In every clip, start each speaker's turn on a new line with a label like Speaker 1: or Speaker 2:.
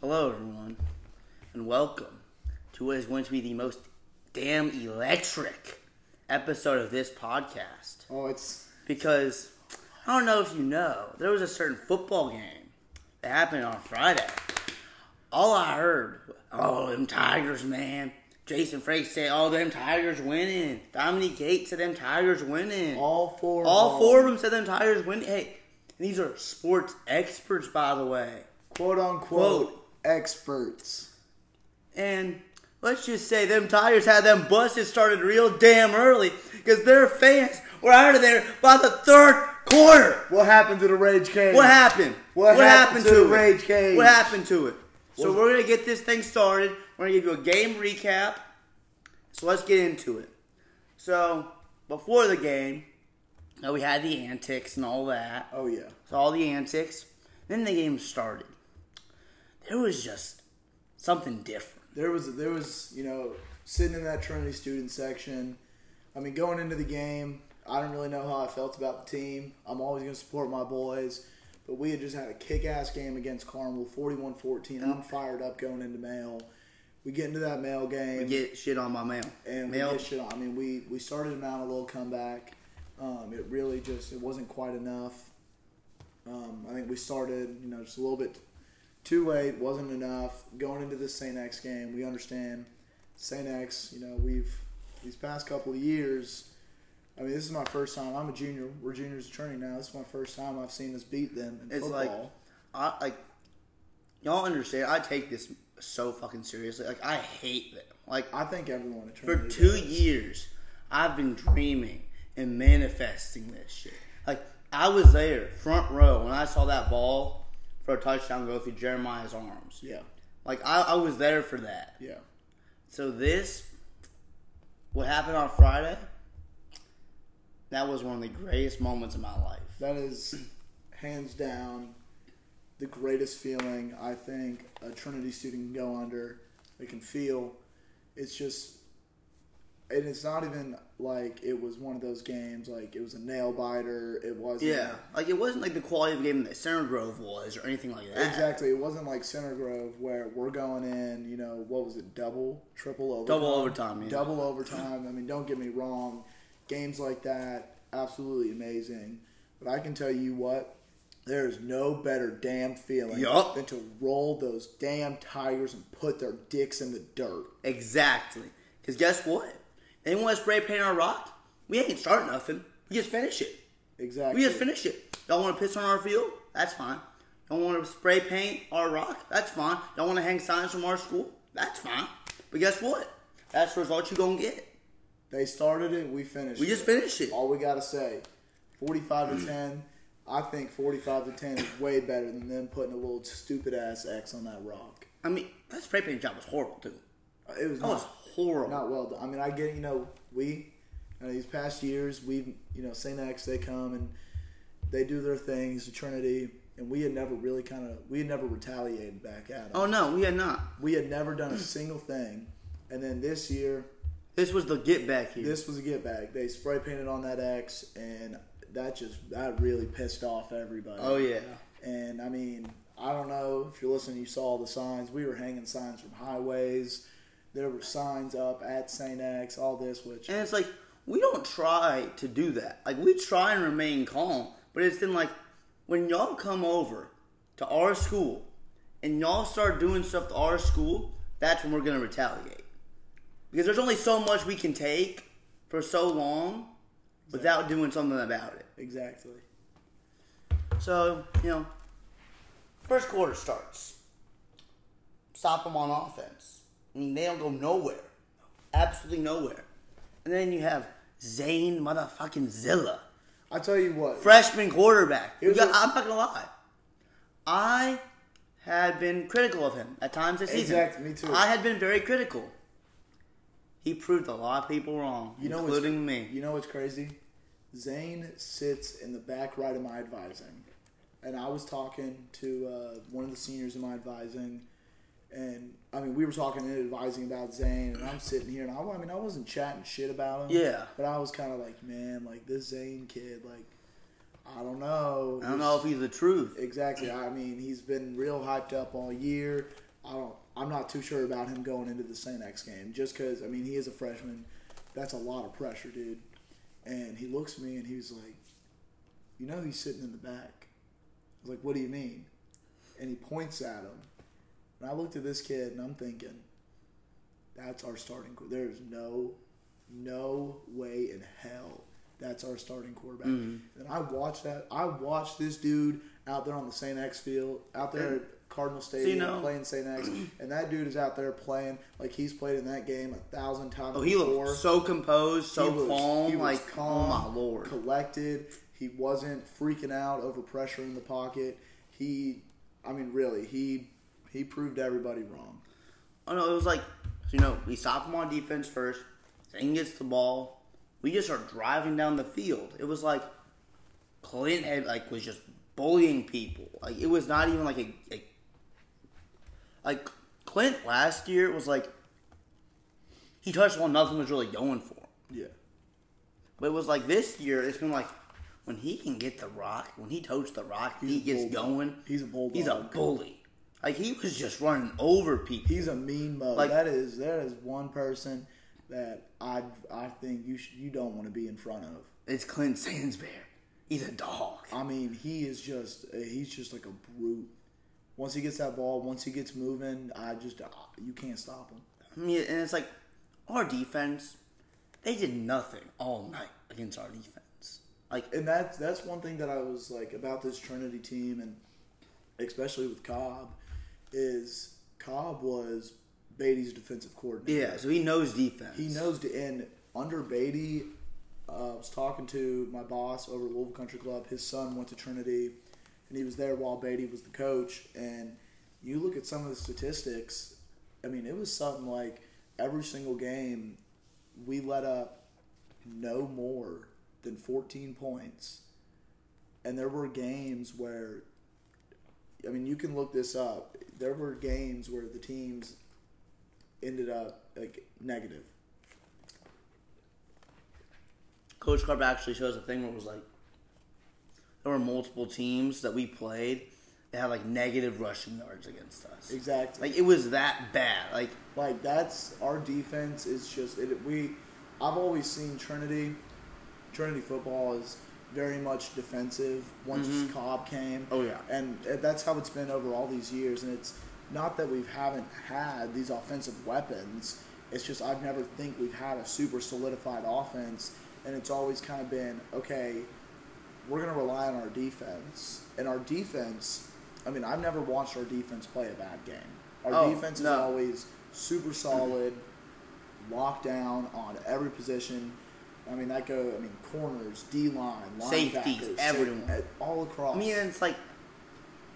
Speaker 1: Hello, everyone, and welcome to what is going to be the most damn electric episode of this podcast.
Speaker 2: Oh, it's
Speaker 1: Because I don't know if you know, there was a certain football game that happened on Friday. All I heard, oh, them Tigers, man. Jason Frey said, all them Tigers winning. Dominique Gates said, them Tigers winning.
Speaker 2: all four.
Speaker 1: All four of them said them Tigers win. Hey, these are sports experts, by the way.
Speaker 2: quote unquote experts.
Speaker 1: And let's just say them Tigers had them buses started real damn early because their fans were out of there by the third quarter.
Speaker 2: What happened to the Rage Cage?
Speaker 1: What happened?
Speaker 2: What happened to the
Speaker 1: it?
Speaker 2: Rage Cage?
Speaker 1: What happened to it? So we're gonna get this thing started. We're gonna give you a game recap. So let's get into it. So before the game, uh, we had the antics and all that.
Speaker 2: Oh yeah.
Speaker 1: So all the antics. Then the game started. There was just something different.
Speaker 2: There was there was you know sitting in that Trinity student section. I mean, going into the game, I didn't really know how I felt about the team. I'm always going to support my boys, but we had just had a kick-ass game against Carmel, 41-14. I'm fired up going into Mail. We get into that Mail game.
Speaker 1: Get shit on my mail.
Speaker 2: and we
Speaker 1: mail.
Speaker 2: did shit on. I mean, we we started them out a little comeback. Um, it really just it wasn't quite enough. Um, I think we started, you know, just a little bit too late. wasn't enough. Going into this Saint X game, we understand Saint X. You know, we've these past couple of years. I mean, this is my first time. I'm a junior. We're juniors attorney now. This is my first time I've seen us beat them in
Speaker 1: It's
Speaker 2: football.
Speaker 1: like I like y'all understand. I take this so fucking seriously. Like I hate them. Like
Speaker 2: I think everyone at
Speaker 1: for
Speaker 2: Trinity
Speaker 1: two
Speaker 2: does.
Speaker 1: years, I've been dreaming and manifesting this shit. Like I was there front row when I saw that ball for a touchdown go through Jeremiah's arms.
Speaker 2: Yeah,
Speaker 1: Like I, I was there for that.
Speaker 2: yeah.
Speaker 1: So this, what happened on Friday, that was one of the greatest moments of my life.
Speaker 2: That is hands down the greatest feeling I think a Trinity student can go under. They can feel. It's just, and it's not even like it was one of those games. Like it was a nail biter. It wasn't.
Speaker 1: Yeah, like it wasn't like the quality of the game that Center Grove was or anything like that.
Speaker 2: Exactly. It wasn't like Center Grove where we're going in. You know what was it? Double, triple overtime.
Speaker 1: Double overtime, yeah.
Speaker 2: Double overtime. I mean, don't get me wrong. Games like that, absolutely amazing. But I can tell you what, there is no better damn feeling
Speaker 1: Yup.
Speaker 2: than to roll those damn tigers and put their dicks in the dirt.
Speaker 1: Exactly. Because guess what? They want to spray paint our rock. We ain't start nothing. We just finish it.
Speaker 2: Exactly.
Speaker 1: We just finish it. Y'all want to piss on our field? That's fine. Y'all want to spray paint our rock? That's fine. Y'all want to hang signs from our school? That's fine. But guess what? That's the result you gonna get.
Speaker 2: They started it. We finished.
Speaker 1: We
Speaker 2: it.
Speaker 1: just finished it.
Speaker 2: All we gotta say, forty-five to ten. I think forty-five to ten is way better than them putting a little stupid ass X on that rock. Uh,
Speaker 1: I mean, that spray paint job was horrible too.
Speaker 2: It was
Speaker 1: That was
Speaker 2: not,
Speaker 1: horrible.
Speaker 2: not well done. I mean, I get you know we, you know, these past years we've you know Saint X they come and they do their things to Trinity, and we had never really kind of we had never retaliated back at them.
Speaker 1: Oh no, we had not.
Speaker 2: We had never done a single thing, and then this year
Speaker 1: This was the get back here.
Speaker 2: this was a get back. They spray painted on that X, and that just that really pissed off everybody.
Speaker 1: oh yeah.
Speaker 2: And I mean, I don't know if you're listening, you saw all the signs. We were hanging signs from highways. There were signs up at St. X, all this, which
Speaker 1: And it's like we don't try to do that. Like we try and remain calm, but it's then like when y'all come over to our school and y'all start doing stuff to our school, that's when we're gonna retaliate. Because there's only so much we can take for so long without doing something about it.
Speaker 2: exactly.
Speaker 1: So, you know, first quarter starts. Stop them on offense. I mean, they don't go nowhere. Absolutely nowhere. And then you have Zane motherfucking Zilla,
Speaker 2: I tell you what,
Speaker 1: freshman quarterback. You
Speaker 2: Here's
Speaker 1: got,
Speaker 2: a-
Speaker 1: I'm not going to lie. I had been critical of him at times this season.
Speaker 2: Exactly, me too.
Speaker 1: I had been very critical. He proved a lot of people wrong,
Speaker 2: you know what's-
Speaker 1: including me.
Speaker 2: You know what's crazy? Zane sits in the back right of my advising, and I was talking to uh, one of the seniors in my advising, and I mean we were talking in advising about Zane, and I'm sitting here, and I, I mean I wasn't chatting shit about him,
Speaker 1: Yeah.
Speaker 2: but I was kind of like, man, like this Zane kid, like I don't know,
Speaker 1: I don't know if he's the truth.
Speaker 2: Exactly. I mean, he's been real hyped up all year. I don't. I'm not too sure about him going into the Saint X game just because I mean he is a freshman. That's a lot of pressure, dude. And he looks at me and he's like, "You know, he's sitting in the back." I was like, "What do you mean?" And he points at him. And I looked at this kid and I'm thinking, "That's our starting. qu- There's no, no way in hell." That's our starting quarterback.
Speaker 1: Mm-hmm.
Speaker 2: And I watched that. I watched this dude out there on the St. X field, out there at Cardinal Stadium.
Speaker 1: So, you
Speaker 2: Stadium
Speaker 1: know-
Speaker 2: playing St. X, and that dude is out there playing like he's played in that game a thousand times.
Speaker 1: Oh, he
Speaker 2: before.
Speaker 1: looked so composed, so
Speaker 2: He was-
Speaker 1: calm.
Speaker 2: he was
Speaker 1: like,
Speaker 2: calm,
Speaker 1: oh my lord.
Speaker 2: collected. He wasn't freaking out over pressure in the pocket. He, I mean, really, he he proved everybody wrong.
Speaker 1: Oh no, it was like you know we stop him on defense first. Zane gets the ball. We just are driving down the field. It was like Clint had like was just bullying people. Like it was not even like a, a like Clint last year was like he touched on nothing was really going for him.
Speaker 2: Yeah,
Speaker 1: But it was like this year, it's been like when he can get the rock, when he totes the rock, he
Speaker 2: a
Speaker 1: gets
Speaker 2: bulldog.
Speaker 1: going.
Speaker 2: He's a bulldog.
Speaker 1: He's a bully. Like he was just running over people.
Speaker 2: he's a mean mug.
Speaker 1: Like-
Speaker 2: that is that is one person that I I think you should, you don't want to be in front of.
Speaker 1: It's Clint Sandsberry. He's a dog. Um,
Speaker 2: I mean, he is just eh, he's just like a brute. Once he gets that ball, once he gets moving, I just you can't stop him.
Speaker 1: I mean, and it's like our defense. They did nothing all night against our defense. Like
Speaker 2: And that's that's one thing that I was like about this Trinity team, and especially with Cobb, is Cobb was Beatty's defensive coordinator.
Speaker 1: yeah, so he knows defense.
Speaker 2: He knows to end under Beatty. Uh, I was talking to my boss over at Louisville Country Club. His son went to Trinity, and he was there while Beatty was the coach. And you look at some of the statistics. I mean, it was something like every single game we let up no more than 14 points. And there were games where, I mean, you can look this up. There were games where the teams ended up like negative.
Speaker 1: Coach Carp actually shows a thing where it was like there were multiple teams that we played that had like negative rushing yards against us.
Speaker 2: Exactly.
Speaker 1: Like it was that bad. Like
Speaker 2: Like that's our defense is just it, we. I've always seen Trinity. Trinity football is very much defensive. Once Cobb came,
Speaker 1: Mm-hmm. Oh, yeah.
Speaker 2: and uh, that's how it's been over all these years. And it's not that we haven't had these offensive weapons. It's just I've never think we've had a super solidified offense, and it's always kind of been okay. We're going to rely on our defense, and our defense. I mean, I've never watched our defense play a bad game. Our
Speaker 1: Oh,
Speaker 2: defense is
Speaker 1: no.
Speaker 2: always super solid, locked down on every position. I mean, that go. I mean, corners, D line,
Speaker 1: Safeties,
Speaker 2: linebackers,
Speaker 1: everyone.
Speaker 2: sa- all across.
Speaker 1: I mean, it's like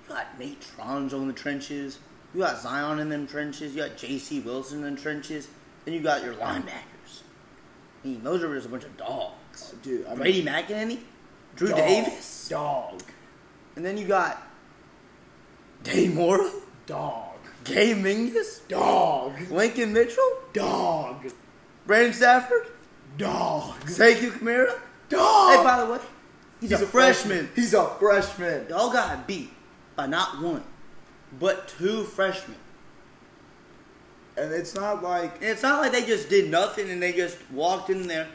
Speaker 1: you got Nate Tronzo in the trenches, you got Zion in them trenches, you got J.C. Wilson in the trenches, then you got your linebackers. I mean, those are just a bunch of dogs.
Speaker 2: dude, I mean,
Speaker 1: Brady McEnany, Drew
Speaker 2: dog,
Speaker 1: Davis,
Speaker 2: dog,
Speaker 1: and then you got Dave Mora,
Speaker 2: dog,
Speaker 1: Gay Mingus,
Speaker 2: dog,
Speaker 1: Lincoln Mitchell,
Speaker 2: dog,
Speaker 1: Brandon Stafford,
Speaker 2: dog,
Speaker 1: Sekou Kamara.
Speaker 2: dog.
Speaker 1: Hey, by the way, he's, a, freshman.
Speaker 2: He's a freshman.
Speaker 1: Y'all got beat by not one, but two freshmen.
Speaker 2: And it's not like
Speaker 1: And it's not like they just did nothing and they just walked in there.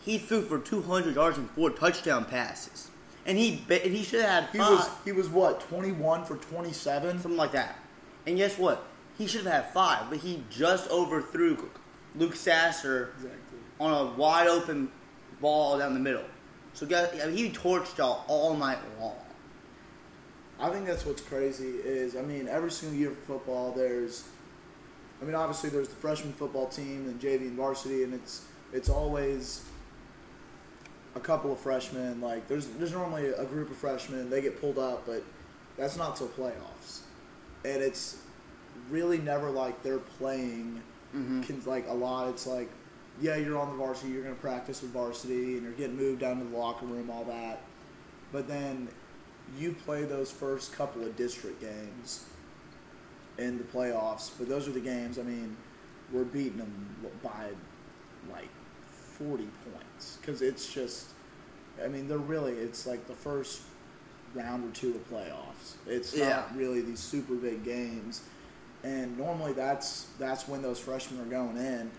Speaker 1: He threw for 200 yards and four touchdown passes, and he ba- and he should have had
Speaker 2: he
Speaker 1: five,
Speaker 2: was. He was what twenty one for twenty seven.
Speaker 1: something like that. And guess what? He should have had five, but he just overthrew Luke Sasser
Speaker 2: Exactly.
Speaker 1: on a wide open ball down the middle. So guys, I mean, he torched y'all all night long.
Speaker 2: I think that's what's crazy is I mean every single year of football there's I mean obviously there's the freshman football team and JV and varsity and it's it's always a couple of freshmen like there's there's normally a group of freshmen they get pulled up but that's not till playoffs and it's really never like they're playing can, like a lot it's like yeah you're on the varsity you're going to practice with varsity and you're getting moved down to the locker room all that but then you play those first couple of district games in the playoffs. But those are the games. I mean, we're beating them by like forty points because it's just. I mean, they're really. It's like the first round or two of playoffs. It's
Speaker 1: Yeah.
Speaker 2: not really these super big games, and normally that's that's when those freshmen are going in.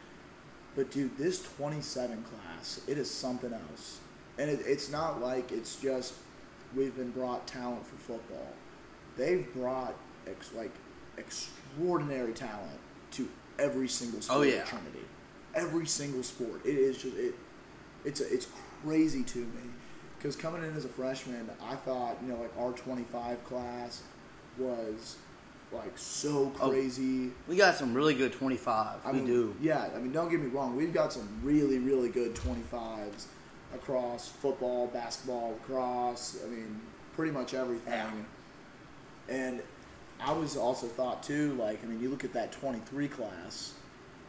Speaker 2: But dude, this 27 class, it is something else, and it, it's not like it's just we've been brought talent for football. They've brought ex, like extraordinary talent to every single sport.
Speaker 1: Oh, yeah.
Speaker 2: at Trinity, every single sport. It is just it. It's a, it's crazy to me because coming in as a freshman, I thought you know like our 25 class was like so
Speaker 1: Oh.
Speaker 2: crazy.
Speaker 1: We got some really good 25.
Speaker 2: I
Speaker 1: we
Speaker 2: mean,
Speaker 1: do.
Speaker 2: Yeah, I mean, don't get me wrong. We've got some really, really good 25s across football, basketball, lacrosse. I mean, pretty much everything.
Speaker 1: Yeah.
Speaker 2: And I was also thought, too, like, I mean, you look at that 23 class,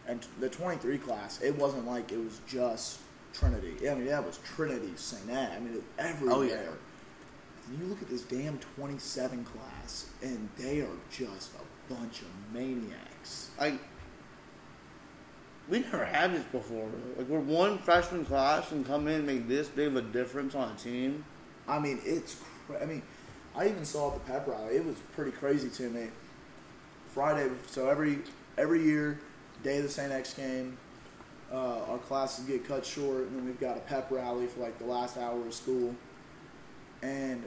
Speaker 2: and t- the 23 class, it wasn't like it was just Trinity. I mean, that was Trinity, St. Anne. I mean, it was
Speaker 1: Oh,
Speaker 2: everywhere. And you look at this damn 27 class, and they are just a bunch of maniacs.
Speaker 1: Like, we never had this before. really. Like, we're one freshman class and come in and make this big of a difference on a team.
Speaker 2: I mean, it's. Cra- I mean, I even saw the pep rally. It was pretty crazy to me. Friday, so every every year, day of the St. X game, uh, our classes get cut short, and then we've got a pep rally for like the last hour of school. And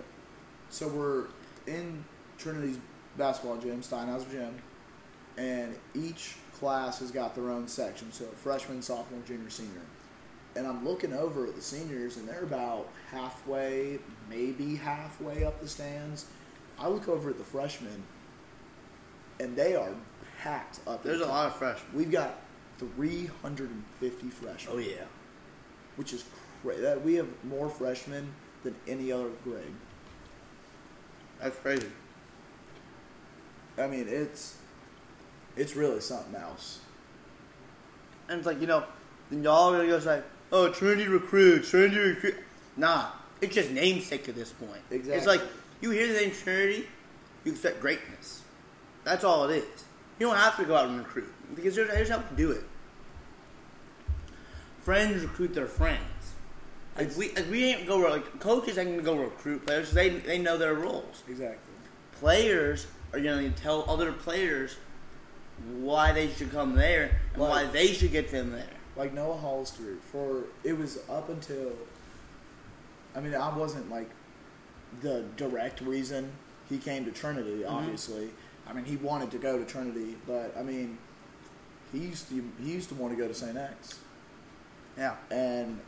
Speaker 2: so we're in Trinity's basketball gym, Steinhauser Gym, and each class has got their own section. So freshman, sophomore, junior, senior. And I'm looking over at the seniors, and they're about halfway, maybe halfway up the stands. I look over at the freshmen, and they are packed up.
Speaker 1: There's a
Speaker 2: top.
Speaker 1: lot of freshmen.
Speaker 2: We've got 350 freshmen,
Speaker 1: Oh, yeah.
Speaker 2: which is crazy. That we have more freshmen than any other grade.
Speaker 1: That's crazy.
Speaker 2: I mean, it's it's really something else.
Speaker 1: And it's like, you know, then y'all are going to go say, oh, Trinity recruit, Trinity recruit. Nah, it's just namesake at this point. It's
Speaker 2: Exactly.
Speaker 1: like, you hear the name Trinity, you expect greatness. That's all it is. You don't have to go out and recruit because here's, here's how we do it. Friends recruit their friends. Like we, like we ain't go like coaches ain't gonna go recruit players. 'cause They they know their roles.
Speaker 2: Exactly.
Speaker 1: Players are gonna tell other players why they should come there and why
Speaker 2: Right.
Speaker 1: they should get them there.
Speaker 2: Like Noah Hollister, for it was up until. I mean, I wasn't like the direct reason he came to Trinity.
Speaker 1: Mm-hmm.
Speaker 2: Obviously, I mean, he wanted to go to Trinity, but I mean, he used to he used to want to go to St. X.
Speaker 1: Yeah.
Speaker 2: and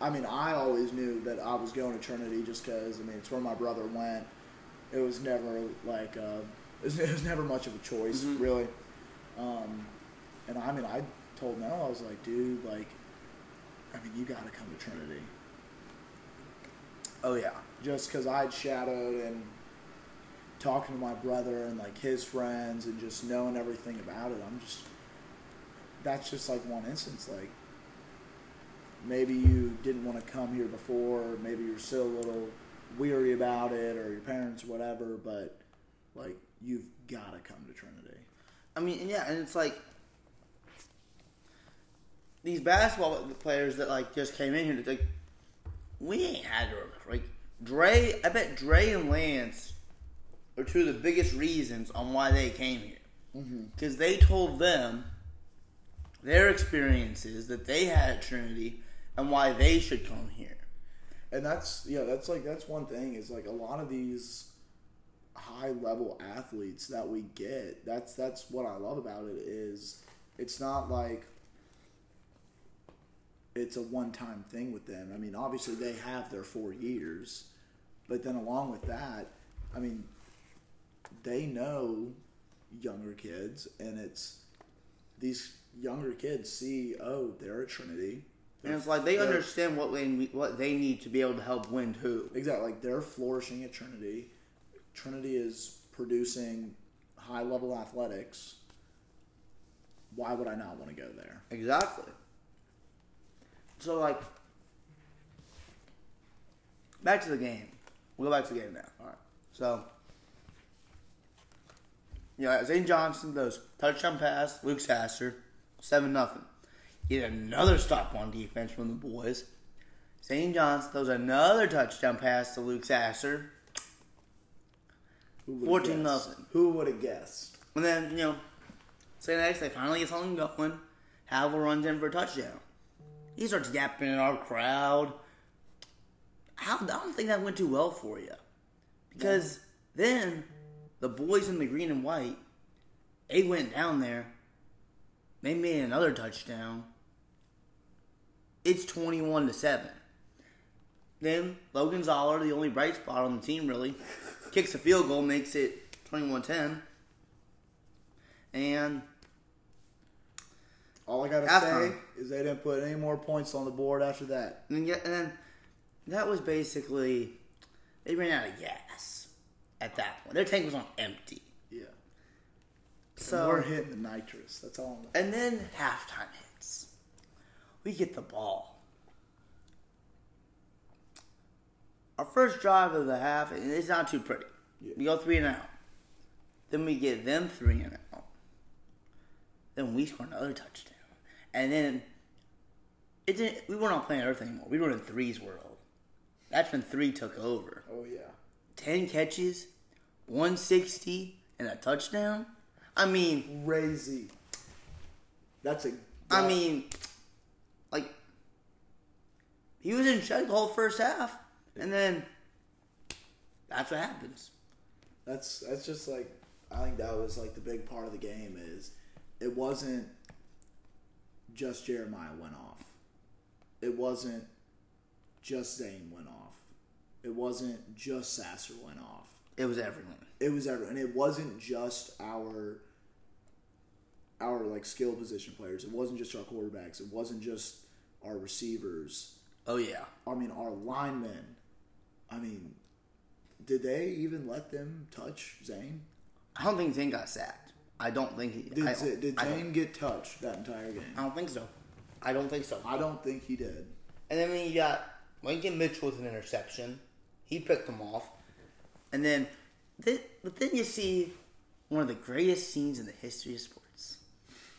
Speaker 2: I mean, I always knew that I was going to Trinity just because I mean it's where my brother went. It was never like uh, it, was, it was never much of a choice
Speaker 1: Mhm.
Speaker 2: really. Um, and I mean, I told Noah I was like, dude, like, I mean, you got to come to Trinity
Speaker 1: Oh yeah.
Speaker 2: just because I'd shadowed and talking to my brother and like his friends and just knowing everything about it. I'm just that's just like one instance. Like maybe you didn't want to come here before, or maybe you're still a little weary about it, or your parents, whatever. But like you've got to come to Trinity.
Speaker 1: I mean, and yeah, and it's like these basketball players that like just came in here. It's like we ain't had to recruit. Dre, I bet Dre and Lance are two of the biggest reasons on why they came here because they told them their experiences that they had at Trinity and why they should come here.
Speaker 2: and that's yeah that's like that's one thing is like a lot of these high level athletes that we get that's that's what i love about it is it's not like it's a one time thing with them i mean obviously they have their four years but then along with that i mean they know younger kids and it's these younger kids see oh they're at trinity
Speaker 1: And it's like they
Speaker 2: They're-
Speaker 1: understand what they what they need to be able to help win who.
Speaker 2: Exactly. Like they're flourishing at Trinity. Trinity is producing high level athletics. Why would I not want to go there?
Speaker 1: Exactly. So like back to the game. We'll go back to the game now. Alright. So Yeah, Zane Johnson goes touchdown pass, Luke Sasser, seven nothing. Get another stop on defense from the boys. Zane Johnson throws another touchdown pass to Luke Sasser.
Speaker 2: Who would've
Speaker 1: 14
Speaker 2: guessed?
Speaker 1: nothing.
Speaker 2: Who would have guessed?
Speaker 1: And then, you know, Second X, they finally get something going. Havel runs in for a touchdown. He starts yapping in our crowd. How, I don't think that went too well for you. Because then the boys in the green and white, they went down there. They made another touchdown. It's 21 to 7. Then Logan Zoller, the only bright spot on the team really, kicks a field goal, makes it 21 10. And
Speaker 2: All I gotta
Speaker 1: After.
Speaker 2: say is they didn't put any more points on the board after that.
Speaker 1: And then, yeah, and then that was basically they ran out of gas at that point. Their tank was on empty.
Speaker 2: Yeah.
Speaker 1: So
Speaker 2: we're hitting the nitrous. That's all. I'm
Speaker 1: and then halftime hits. We get the ball. Our first drive of the half, and it's not too pretty.
Speaker 2: Yeah.
Speaker 1: We go three and out. Then we get them three and out. Then we score another touchdown. And then it didn't we weren't on playing earth anymore. We were in threes world. That's when three took over.
Speaker 2: Oh yeah.
Speaker 1: 10 catches, 160, and a touchdown. I mean,
Speaker 2: Crazy. That's a.
Speaker 1: I mean, like, he was in check the whole first half, and then that's what happens.
Speaker 2: That's that's just like I think that was like the big part of the game is it wasn't just Jeremiah went off. It wasn't just Zane went off. It wasn't just Sasser went off.
Speaker 1: It was everyone.
Speaker 2: It was everyone. And it wasn't just our our like skill position players. It wasn't just our quarterbacks. It wasn't just our receivers.
Speaker 1: Oh, yeah.
Speaker 2: I mean, our linemen. I mean, did they even let them touch Zane?
Speaker 1: I don't think Zane got sacked. I don't think he
Speaker 2: Did,
Speaker 1: I
Speaker 2: Z-
Speaker 1: don't,
Speaker 2: did
Speaker 1: I don't, Um,
Speaker 2: Zane get touched that entire game?
Speaker 1: I don't think so. I don't think so.
Speaker 2: I don't think he did.
Speaker 1: And then you got Lincoln Mitchell with an interception. He picked them off. And then, th- but then you see one of the greatest scenes in the history of sports.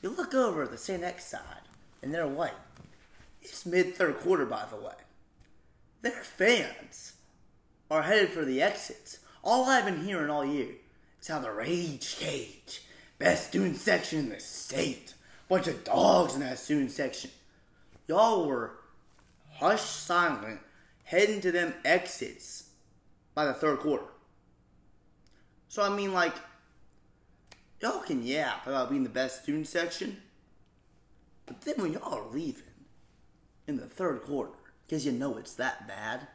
Speaker 1: You look over at the St. X side, and they're white. It's mid third quarter, by the way. Their fans are headed for the exits. All I've been hearing all year is how the Rage Cage, best student section in the state, bunch of dogs in that student section. Y'all were hush silent, heading to them exits by the third quarter. So I mean, like, y'all can yap about being the best student section, but then when y'all are leaving in the third quarter, because you know it's that bad.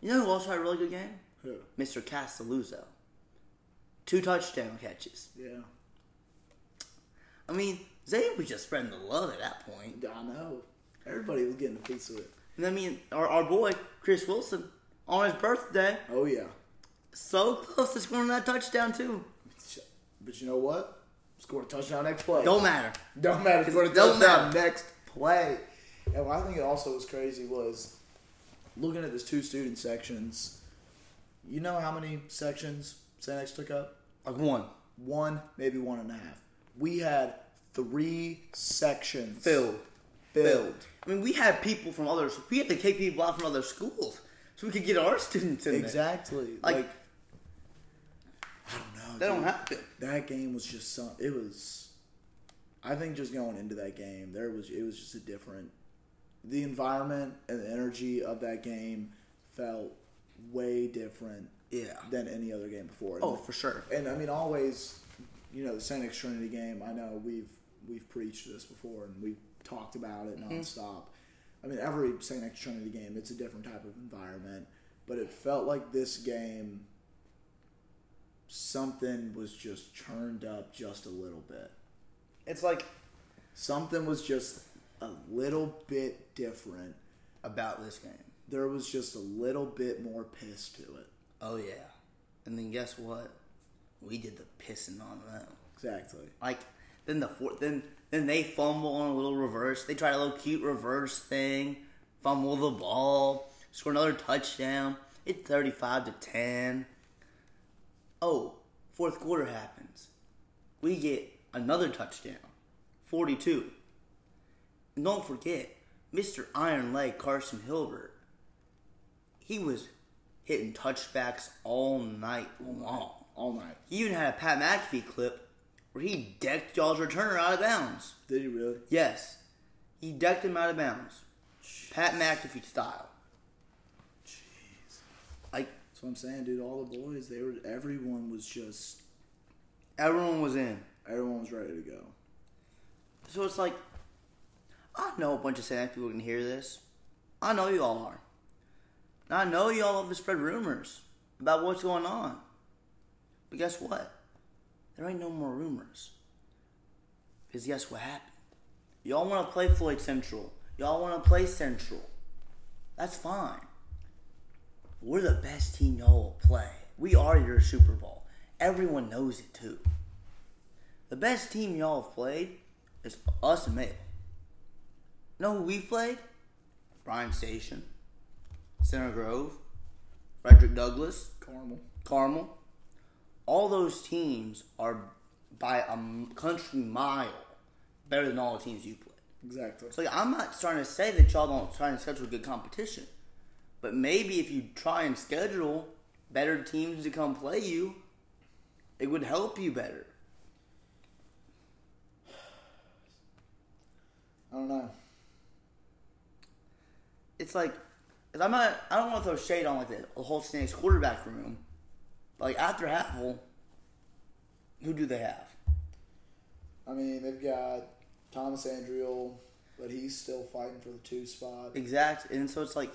Speaker 1: You know who also had a really good game?
Speaker 2: Who?
Speaker 1: Mr. Castelluzzo. Two touchdown catches.
Speaker 2: Yeah.
Speaker 1: I mean, Zane was just spreading the love at that point.
Speaker 2: I know. Everybody was getting a piece of it.
Speaker 1: And I mean, our, our boy, Chris Wilson, on his birthday,
Speaker 2: Oh, yeah.
Speaker 1: so close to scoring that touchdown, too.
Speaker 2: But you know what? Scored a touchdown next play.
Speaker 1: Don't matter.
Speaker 2: Don't matter. Scored a
Speaker 1: Don't
Speaker 2: touchdown next play. And what I think it also was crazy was looking at those two student sections. You know how many sections St. X took up?
Speaker 1: Like one.
Speaker 2: One, maybe one and a half. We had three sections
Speaker 1: Filled.
Speaker 2: filled.
Speaker 1: I mean, we had people from others. We had to take people out from other schools so we could get our students in there.
Speaker 2: Exactly.
Speaker 1: Like,
Speaker 2: Like, I don't know.
Speaker 1: That don't
Speaker 2: dude.
Speaker 1: happen.
Speaker 2: That game was just some. It was. I think just going into that game, there was it was just a different. The environment and the energy of that game felt way different
Speaker 1: Yeah.
Speaker 2: than any other game before.
Speaker 1: Oh, for sure.
Speaker 2: And I mean, always, you know, the Saint X Trinity game. I know we've we've preached this before, and we've talked about it nonstop. I mean, every Saint X Trinity game, it's a different type of environment, but it felt like this game, something was just churned up just a little bit.
Speaker 1: It's like
Speaker 2: Something was just a little bit different.
Speaker 1: about this game.
Speaker 2: There was just a little bit more piss to it.
Speaker 1: Oh, yeah. And then guess what? We did the pissing on them.
Speaker 2: Exactly.
Speaker 1: Like then the fourth, then then they fumble on a little reverse. They try a little cute reverse thing, fumble the ball, score another touchdown. It's thirty-five to ten. Oh, fourth quarter happens. We get another touchdown, forty-two. And don't forget, Mr. Iron Leg Carson Hilbert. He was hitting touchbacks all night long.
Speaker 2: All night.
Speaker 1: He even had a Pat McAfee clip where he decked y'all's returner out of bounds.
Speaker 2: Did he really?
Speaker 1: Yes, he decked him out of bounds, Pat McAfee style.
Speaker 2: Jeez.
Speaker 1: Like
Speaker 2: That's what I'm saying, dude. All the boys, they were. Everyone was just.
Speaker 1: everyone was in.
Speaker 2: Everyone was ready to go.
Speaker 1: So it's like, I know a bunch of Santa people can hear this. I know you all are. And I know you all love to spread rumors about what's going on. But guess what? There ain't no more rumors. Because guess what happened? Y'all want to play Floyd Central. Y'all want to play Central. That's fine. We're the best team y'all will play. We are your Super Bowl. Everyone knows it too. The best team y'all have played is us and Mayo. Know who we've played? Bryan Station, Center Grove, Frederick Douglass,
Speaker 2: Carmel.
Speaker 1: Carmel. All those teams are by a m- country mile better than all the teams you played.
Speaker 2: Exactly.
Speaker 1: So like, I'm not starting to say that y'all don't try and schedule good competition, but maybe if you try and schedule better teams to come play you, it would help you better.
Speaker 2: I don't know.
Speaker 1: it's like 'cause I'm not. I don't want to throw shade on like the, the whole Snakes quarterback room. Like after Havel, who do they have?
Speaker 2: I mean, they've got Thomas Andriel, but he's still fighting for the two spot.
Speaker 1: Exact, and so it's like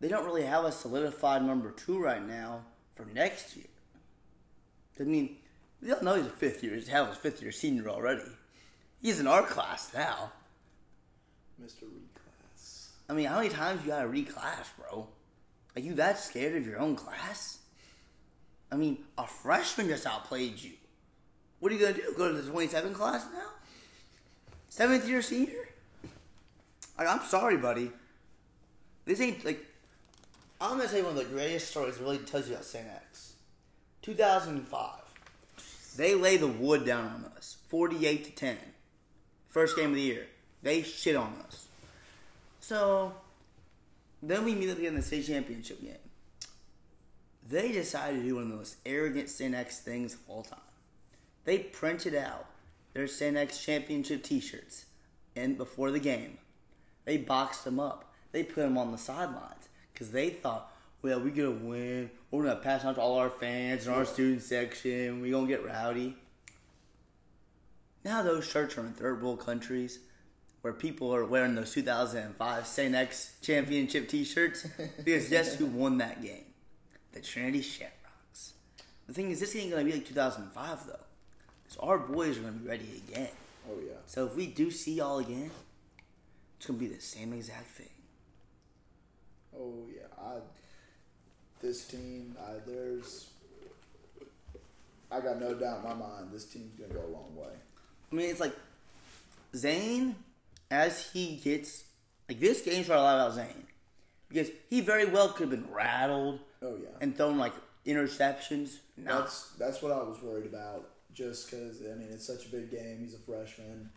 Speaker 1: they don't really have a solidified number two right now for next year. I mean, we all know he's a fifth year. He's Havel's fifth year senior already. He's in our class now.
Speaker 2: Mr. Reclass.
Speaker 1: I mean, how many times you gotta reclass, bro? Are you that scared of your own class? I mean, a freshman just outplayed you. What are you gonna do? Go to the 27 class now? Seventh year senior? Like, I'm sorry, buddy. This ain't like. I'm gonna tell you one of the greatest stories that really tells you about St. X. 2005. They lay the wood down on us, 48 to 10. First game of the year. They shit on us. So then we meet up again in the state championship game. They decided to do one of the most arrogant Cinex things of all time. They printed out their Cinex championship T-shirts, and before the game, they boxed them up. They put them on the sidelines because they thought, well, we're gonna win. We're gonna pass on to all our fans and our student section. We gonna get rowdy. Now those shirts are in third world countries where people are wearing those 2005 St. X championship t-shirts because guess who won that game? The Trinity Shamrocks. The thing is, this ain't going to be like 2005, though. Because our boys are going to be ready again.
Speaker 2: Oh, yeah.
Speaker 1: So if we do see y'all again, it's going to be the same exact thing.
Speaker 2: Oh, yeah. I, this team, I, there's. I got no doubt in my mind this team's going to go a long way.
Speaker 1: I mean, it's like Zane, as he gets like this game's right a lot about Zane because he very well could have been rattled
Speaker 2: Oh, yeah.
Speaker 1: and thrown like interceptions. No,
Speaker 2: That's that's what I was worried about. Just because I mean it's such a big game. He's a freshman.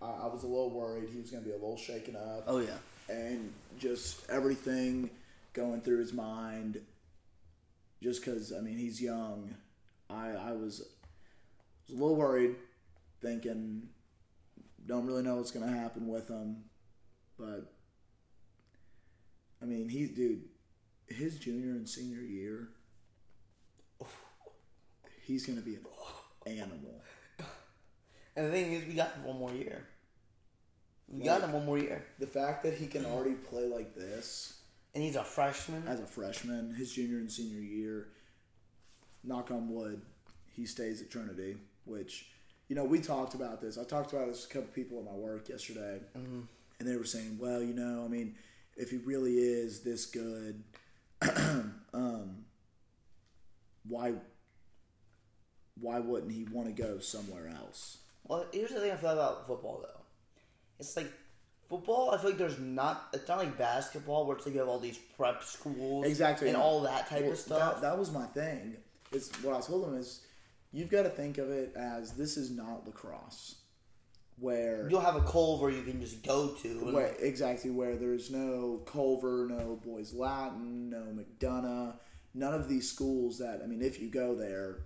Speaker 2: I, I was a little worried he was going to be a little shaken up,
Speaker 1: oh yeah,
Speaker 2: and just everything going through his mind. Just because I mean he's young, I I was, was a little worried, thinking don't really know what's going to happen with him, but I mean he's dude, his junior and senior year he's gonna be an animal.
Speaker 1: And the thing is, we got him one more year. We got
Speaker 2: Like-
Speaker 1: him one more year,
Speaker 2: The fact that he can already play like this
Speaker 1: and he's a freshman.
Speaker 2: as a freshman, his junior and senior year, knock on wood, he stays at Trinity, which, you know, we talked about this. I talked about this with a couple people at my work yesterday, and they were saying, well, you know, I mean, if he really is this good, um, why, why wouldn't he want to go somewhere else?
Speaker 1: Well, here's the thing I feel about football though. It's like football. I feel like there's not. It's not like basketball where it's like you have all these prep schools,
Speaker 2: Exactly.
Speaker 1: and all that type
Speaker 2: Well,
Speaker 1: of stuff.
Speaker 2: That, that was my thing. Is what I told them is you've got to think of it as this is not lacrosse, where,
Speaker 1: You'll have a cove where you can just go to. and,
Speaker 2: where exactly where there's no Culver, no Boys Latin, no McDonough, none of these schools that I mean, if you go there,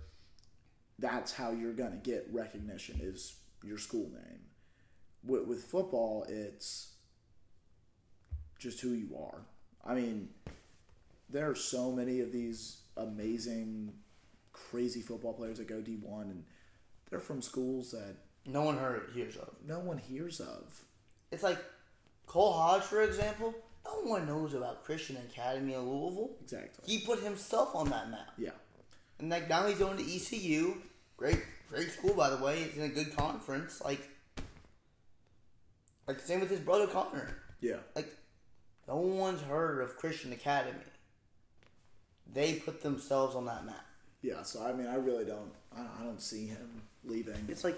Speaker 2: that's how you're going to get recognition is your school name. With, with football, it's just who you are. I mean, there are so many of these amazing, crazy football players that go D1, and they're from schools that
Speaker 1: No one heard hears of.
Speaker 2: no one hears of.
Speaker 1: It's like Cole Hodge, for example. No one knows about Christian Academy in Louisville.
Speaker 2: Exactly.
Speaker 1: He put himself on that map.
Speaker 2: Yeah.
Speaker 1: And like now he's going to ECU. Great, great school by the way. It's in a good conference. Like, like same with his brother Connor.
Speaker 2: Yeah.
Speaker 1: Like, no one's heard of Christian Academy. They put themselves on that map.
Speaker 2: Yeah. So, I mean, I really don't, I, I don't see him leaving.
Speaker 1: It's like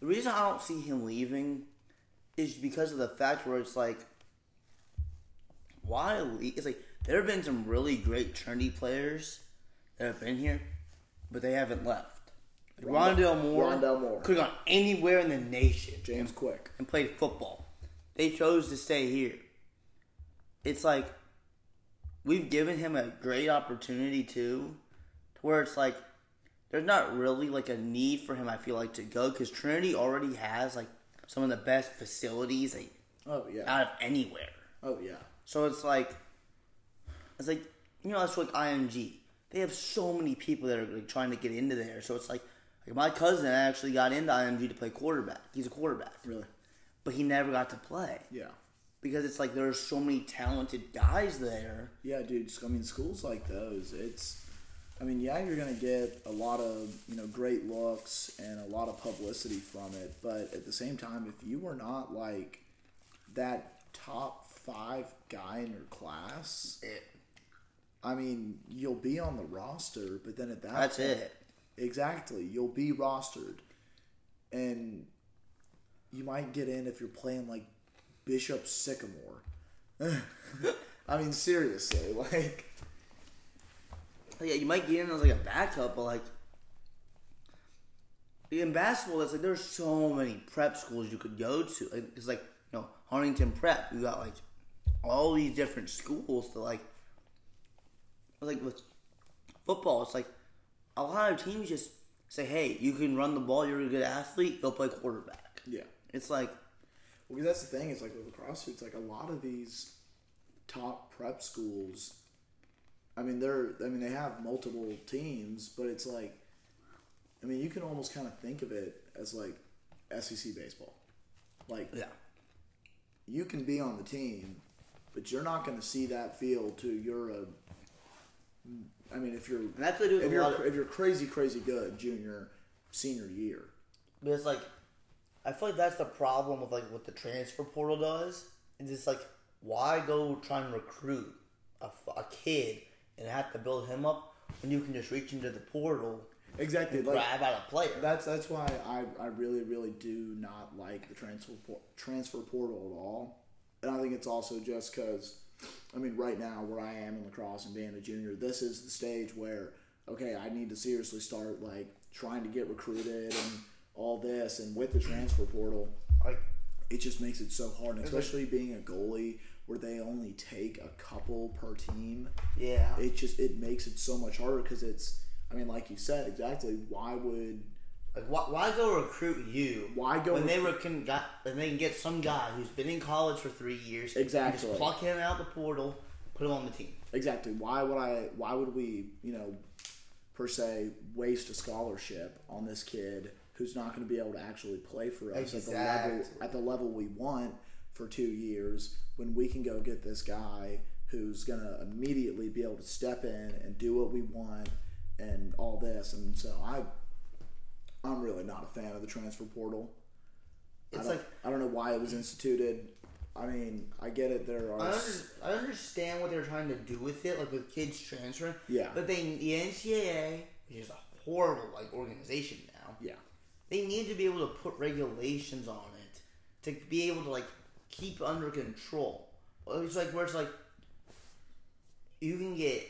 Speaker 1: the reason I don't see him leaving is because of the fact where it's like, why? le- It's like there have been some really great trendy players that have been here, but they haven't left. Like
Speaker 2: Rondo-
Speaker 1: Rondell Moore,
Speaker 2: Rondell Moore.
Speaker 1: could have gone anywhere in the nation
Speaker 2: James Quick.
Speaker 1: and played football. They chose to stay here. It's like we've given him a great opportunity too, to where it's like there's not really like a need for him. I feel like to go because Trinity already has like some of the best facilities like,
Speaker 2: Oh, yeah.
Speaker 1: out of anywhere.
Speaker 2: Oh, yeah.
Speaker 1: So it's like it's like you know that's like IMG. They have so many people that are like, trying to get into there. So it's like like my cousin actually got into IMG to play quarterback. He's a quarterback
Speaker 2: Really.
Speaker 1: but he never got to play
Speaker 2: Yeah.
Speaker 1: because it's like there's so many talented guys there.
Speaker 2: Yeah, dude. sc- I mean, schools like those, it's. I mean, yeah, you're gonna get a lot of you know great looks and a lot of publicity from it, but at the same time, if you were not like that top five guy in your class, I mean, you'll be on the roster, but then at that
Speaker 1: That's it.
Speaker 2: exactly, you'll be rostered, and you might get in if you're playing like Bishop Sycamore. I mean, seriously, like.
Speaker 1: Like, yeah, you might get in as like a backup, but like in basketball, it's like there's so many prep schools you could go to. Like, it's like you know Huntington Prep. You got like all these different schools to like. Like with football, it's like a lot of teams just say, "Hey, you can run the ball. You're a good athlete. Go play quarterback."
Speaker 2: Yeah.
Speaker 1: It's like
Speaker 2: Well, because that's the thing is like with lacrosse, it's like a lot of these top prep schools. I mean, they're I mean they have multiple teams, but it's like, I mean, you can almost kind of think of it as like SEC baseball. Like
Speaker 1: yeah.
Speaker 2: you can be on the team, but you're not going to see that field till you're a. I mean, if you're
Speaker 1: And that's what they do with
Speaker 2: if
Speaker 1: a
Speaker 2: you're
Speaker 1: lot of-
Speaker 2: if you're crazy crazy good junior senior year.
Speaker 1: But it's like, I feel like that's the problem with like what the transfer portal does. Is it's like, why go try and recruit a, f- a kid and have to build him up when you can just reach into the portal,
Speaker 2: Exactly, like
Speaker 1: grab out a player?
Speaker 2: That's that's why I, I really really do not like the transfer por- transfer portal at all, and I think it's also just because, I mean, right now where I am in lacrosse and being a junior, this is the stage where okay, I need to seriously start like trying to get recruited and all this, and with the transfer portal,
Speaker 1: like,
Speaker 2: it just makes it so hard, and especially being a goalie where they only take a couple per team
Speaker 1: yeah,
Speaker 2: it just it makes it so much harder because it's i mean like you said exactly why would
Speaker 1: like why, why go recruit you?
Speaker 2: Why go
Speaker 1: when they were can got when they can get some guy who's been in college for three years? and
Speaker 2: Exactly.
Speaker 1: just pluck him out the portal, put him on the team.
Speaker 2: exactly why would i why would we you know per se waste a scholarship on this kid who's not going to be able to actually play for us at the level
Speaker 1: Exactly.
Speaker 2: at the level we want for two years when we can go get this guy who's going to immediately be able to step in and do what we want and all this and so i i'm really not a fan of the transfer portal
Speaker 1: It's
Speaker 2: I don't,
Speaker 1: like
Speaker 2: I don't know why it was instituted. I mean, I get it. There are
Speaker 1: I,
Speaker 2: s-
Speaker 1: under, I understand what they're trying to do with it, like with kids transferring.
Speaker 2: Yeah.
Speaker 1: But they, the NCAA, which is a horrible like organization now,
Speaker 2: yeah,
Speaker 1: they need to be able to put regulations on it to be able to like keep under control. It's like where it's like you can get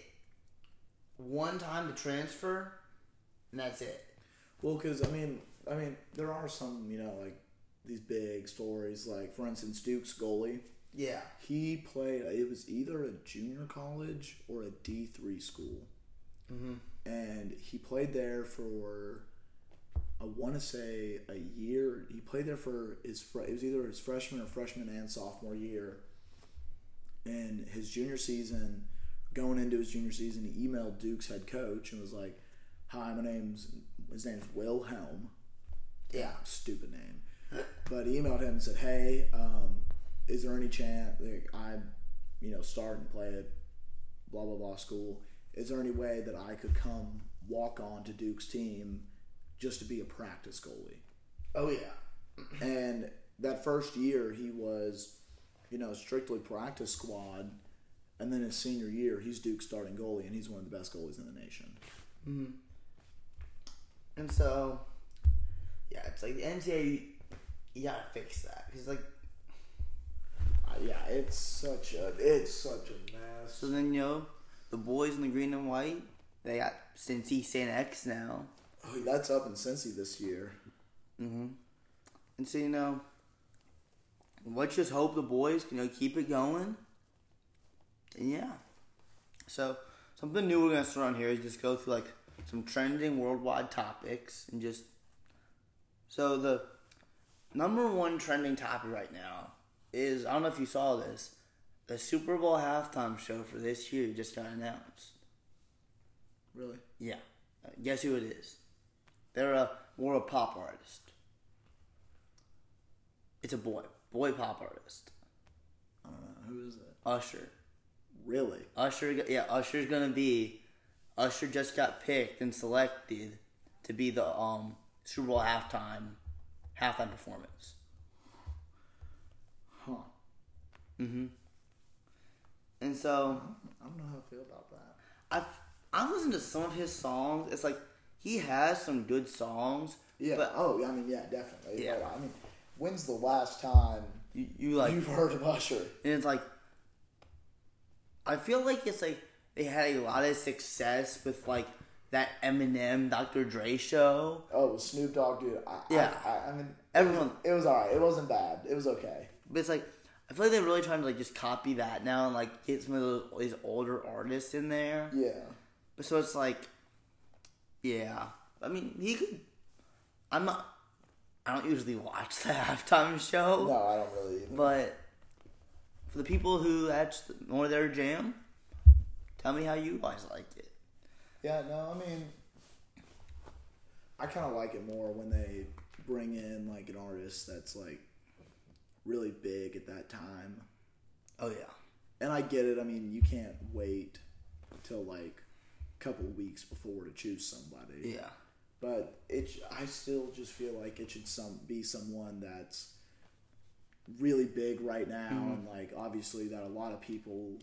Speaker 1: one time to transfer, and that's it.
Speaker 2: well, because I mean, I mean, there are some you know like these big stories. Like for instance, Duke's goalie.
Speaker 1: Yeah.
Speaker 2: He played. It was either a junior college or a D three school,
Speaker 1: Mhm.
Speaker 2: and he played there for want to say a year. He played there for his fr- it was either his freshman or freshman and sophomore year. And his junior season, going into his junior season, he emailed Duke's head coach and was like, "Hi, my name's his name's Wilhelm."
Speaker 1: Yeah.
Speaker 2: stupid name. But he emailed him and said, "Hey, um, is there any chance that I, you know, start and play at blah blah blah school? Is there any way that I could come walk on to Duke's team just to be a practice goalie?"
Speaker 1: Oh yeah.
Speaker 2: And that first year, he was, you know, strictly practice squad. And then his senior year, he's Duke's starting goalie, and he's one of the best goalies in the nation.
Speaker 1: And so, yeah, it's like the NCAA, you gotta fix that because like
Speaker 2: Uh, yeah, it's such a it's such a mess.
Speaker 1: so then you know the boys in the green and white they got Cincy St X now,
Speaker 2: Oh, that's up in Cincy this year.
Speaker 1: and so you know, let's just hope the boys can you know, keep it going. And yeah, so something new we're gonna start on here is just go through like some trending worldwide topics and just so the number one trending topic right now is I don't know if you saw this. The Super Bowl halftime show for this year just got announced.
Speaker 2: Really?
Speaker 1: Yeah. Uh, guess who it is? They're a more a pop artist. It's a boy. Boy pop artist.
Speaker 2: I don't know. Who is it?
Speaker 1: Usher.
Speaker 2: Really?
Speaker 1: Usher g- yeah, Usher's gonna be Usher just got picked and selected to be the um Super Bowl halftime halftime performance.
Speaker 2: Huh.
Speaker 1: And so
Speaker 2: I don't know how I feel about that.
Speaker 1: I've I listened to some of his songs. It's like he has some good songs.
Speaker 2: Yeah.
Speaker 1: But
Speaker 2: oh, yeah, I mean, yeah, definitely.
Speaker 1: Yeah.
Speaker 2: I mean, when's the last time
Speaker 1: you, you like
Speaker 2: you've heard of Usher?
Speaker 1: And it's like, I feel like it's like they had a lot of success with like that Eminem Dr. Dre show.
Speaker 2: Oh, Snoop Dogg, dude. I,
Speaker 1: Yeah.
Speaker 2: I, I, I mean,
Speaker 1: Everyone,
Speaker 2: it was all right. It wasn't bad. It was okay.
Speaker 1: but it's like, I feel like they're really trying to like just copy that now and like get some of those, these older artists in there.
Speaker 2: Yeah.
Speaker 1: But so it's like, yeah. I mean, he could. I'm not. I don't usually watch the halftime show,
Speaker 2: No, I don't really.
Speaker 1: but for the people who that's more their jam, tell me how you guys liked it.
Speaker 2: Yeah, no, I mean, I kind of like it more when they bring in like an artist that's like really big at that time.
Speaker 1: Oh yeah.
Speaker 2: And I get it. I mean, you can't wait till like a couple weeks before to choose somebody.
Speaker 1: Yeah.
Speaker 2: But it, I still just feel like it should some be someone that's really big right now, and like obviously that a lot of people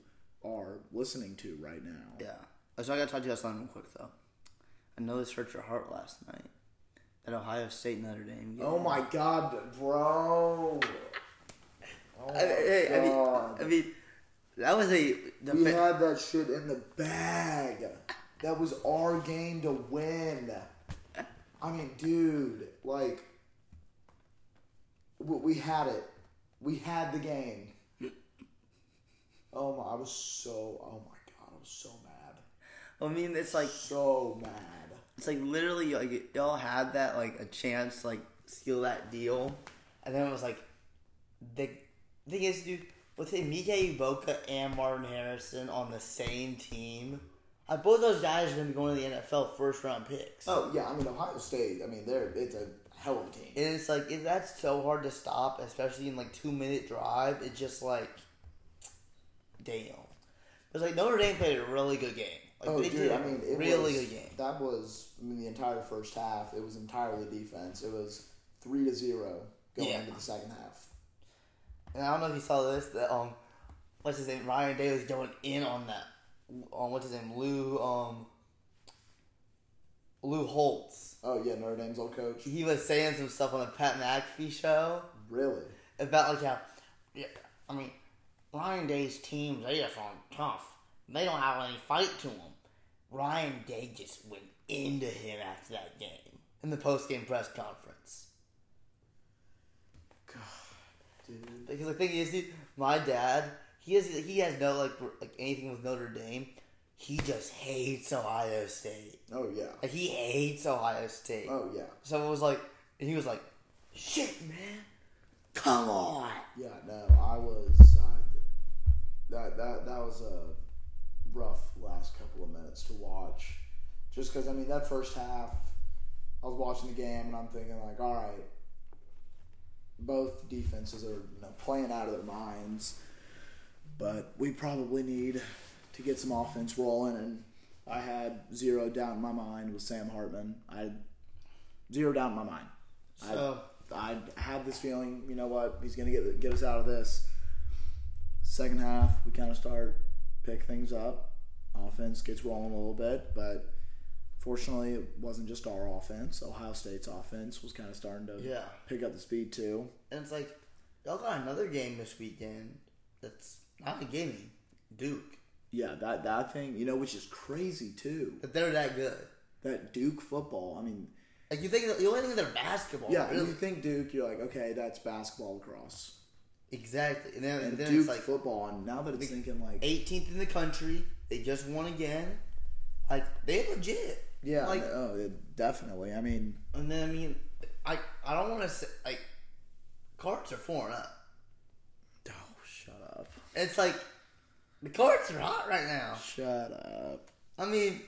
Speaker 2: are listening to right now.
Speaker 1: Yeah. Oh, So I gotta talk to you about something real quick though. I know this hurt your heart last night. That Ohio State Notre Dame. game.
Speaker 2: Oh my god, bro! Oh my
Speaker 1: I, I- I
Speaker 2: God.
Speaker 1: mean, I mean, that was a. The
Speaker 2: we
Speaker 1: fa-
Speaker 2: had that shit in the bag. That was our game to win. I mean, dude, like, we, we had it. We had the game. Oh my! I was so. Oh my god! I was so mad.
Speaker 1: I mean, it's like
Speaker 2: So mad.
Speaker 1: it's like literally like y'all had that like a chance to, like steal that deal, and then it was like the thing is, dude, with Mike Iboka and Marvin Harrison on the same team, like both those guys are gonna be going to the NFL first round picks.
Speaker 2: Oh yeah, I mean Ohio State. I mean, they're it's a hell of a team.
Speaker 1: And it's like if that's so hard to stop, especially in like two minute drive. It's just like, damn. It's like Notre Dame played a really good game. Like,
Speaker 2: Oh,
Speaker 1: they
Speaker 2: dude!
Speaker 1: did
Speaker 2: I
Speaker 1: a
Speaker 2: mean, it
Speaker 1: really
Speaker 2: was,
Speaker 1: good game.
Speaker 2: That was I mean, the entire first half. It was entirely defense. It was three to zero going
Speaker 1: Yeah.
Speaker 2: into the second half.
Speaker 1: And I don't know if you saw this. That um, what's his name? Ryan Day was going in on that. On what's his name? Lou um. Lou Holtz.
Speaker 2: Oh yeah, Notre Dame's old coach.
Speaker 1: He was saying some stuff on the Pat McAfee show.
Speaker 2: Really?
Speaker 1: about like how, yeah, I mean, Ryan Day's teams they just aren't tough. They don't have any fight to them. Ryan Day just went into him after that game in the post game press conference.
Speaker 2: Dude.
Speaker 1: Because the thing is, dude, my dad he has he has no like r- like anything with Notre Dame. He just hates Ohio State.
Speaker 2: Oh yeah.
Speaker 1: Like he hates Ohio State.
Speaker 2: Oh yeah.
Speaker 1: So it was like And he was like, "Shit, man, come on."
Speaker 2: Yeah, no, I was. I, that that that was a rough last couple of minutes to watch, just because I mean that first half, I was watching the game and I'm thinking like, all right, both defenses are you know, playing out of their minds, but we probably need to get some offense rolling. And I had zero doubt in my mind with Sam Hartman. I had zero doubt in my mind. I-
Speaker 1: So
Speaker 2: I had this feeling, you know what, he's gonna get get us out of this. Second half, we kind of start pick things up. Offense gets rolling a little bit, but fortunately, it wasn't just our offense. Ohio State's offense was kind of starting to
Speaker 1: yeah,
Speaker 2: pick up the speed too.
Speaker 1: and it's like y'all got another game this weekend that's not a game, Duke.
Speaker 2: Yeah, that that thing, you know, which is crazy too.
Speaker 1: That they're that good.
Speaker 2: That Duke football. I mean,
Speaker 1: Like you think you only think they're basketball.
Speaker 2: yeah,
Speaker 1: Oh, really.
Speaker 2: you think Duke, you're like, okay, that's basketball lacrosse.
Speaker 1: exactly. And then,
Speaker 2: And
Speaker 1: and then
Speaker 2: Duke
Speaker 1: it's like
Speaker 2: football, and now that it's thinking like
Speaker 1: 18th in the country. They just won again. Like they legit.
Speaker 2: Yeah,
Speaker 1: Like
Speaker 2: oh, it- definitely. I mean,
Speaker 1: and then I mean, I I don't want to say like cards are four and up.
Speaker 2: oh, shut up.
Speaker 1: It's like the cards are hot right now.
Speaker 2: Shut up.
Speaker 1: I mean,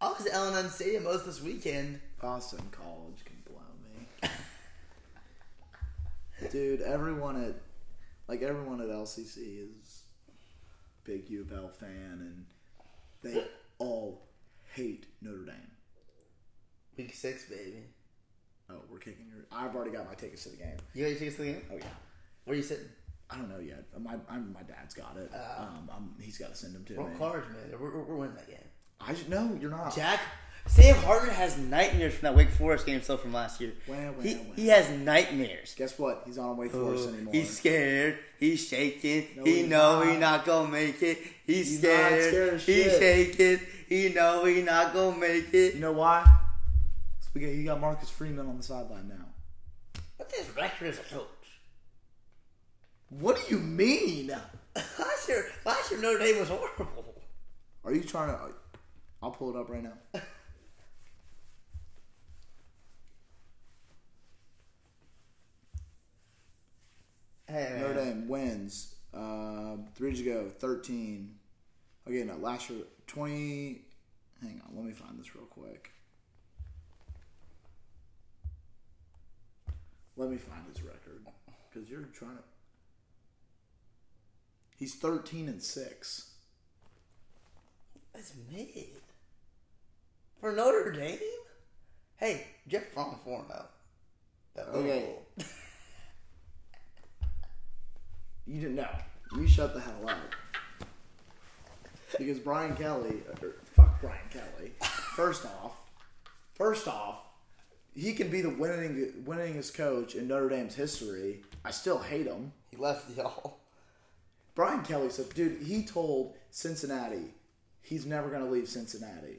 Speaker 1: I was at LNN Stadium most this weekend.
Speaker 2: Boston College can blow me. Dude, everyone at like everyone at LCC is big U of L fan, and they all hate Notre Dame.
Speaker 1: Week six, baby.
Speaker 2: Oh, we're kicking your. I've already got my tickets to the game.
Speaker 1: You got your tickets to the game?
Speaker 2: Oh yeah,
Speaker 1: Where are you sitting?
Speaker 2: I don't know yet. My I'm, my dad's got it. um, I'm, he's got to send them to
Speaker 1: Roll
Speaker 2: me.
Speaker 1: cards, man. We're, we're, we're winning that game.
Speaker 2: I just, no, you're not.
Speaker 1: Jack, Sam Hartman has nightmares from that Wake Forest game still from last year.
Speaker 2: Wah, wah,
Speaker 1: he,
Speaker 2: wah.
Speaker 1: he has nightmares.
Speaker 2: Guess what? He's not on Wake Forest anymore.
Speaker 1: Uh, He's scared. He's shaking.
Speaker 2: No,
Speaker 1: he
Speaker 2: he's
Speaker 1: know
Speaker 2: not.
Speaker 1: he not gonna make it. He's,
Speaker 2: He's not scared
Speaker 1: scared.
Speaker 2: of
Speaker 1: He's
Speaker 2: shit.
Speaker 1: shaking. He know he not gonna make it.
Speaker 2: You know why? 'Cause we got, you got Marcus Freeman on the sideline now.
Speaker 1: What's his record as a coach?
Speaker 2: What do you mean?
Speaker 1: Last year, last year Notre Dame was horrible.
Speaker 2: Are you trying to? I'll pull it up right now.
Speaker 1: Hey, man.
Speaker 2: Notre Dame wins uh, three years ago, thirteen. Okay, no, last year twenty. Hang on, let me find this real quick. Let me find his record because you're trying to. He's thirteen and six.
Speaker 1: That's mid. For Notre Dame? Hey, Jeff Fromm form though. oh. That
Speaker 2: Okay.
Speaker 1: little-
Speaker 2: You didn't know. You shut the hell up. Because Brian Kelly, or fuck Brian Kelly. First off, first off, he can be the winning winningest coach in Notre Dame's history. I still hate him.
Speaker 1: He left y'all.
Speaker 2: Brian Kelly said, dude, he told Cincinnati he's never going to leave Cincinnati.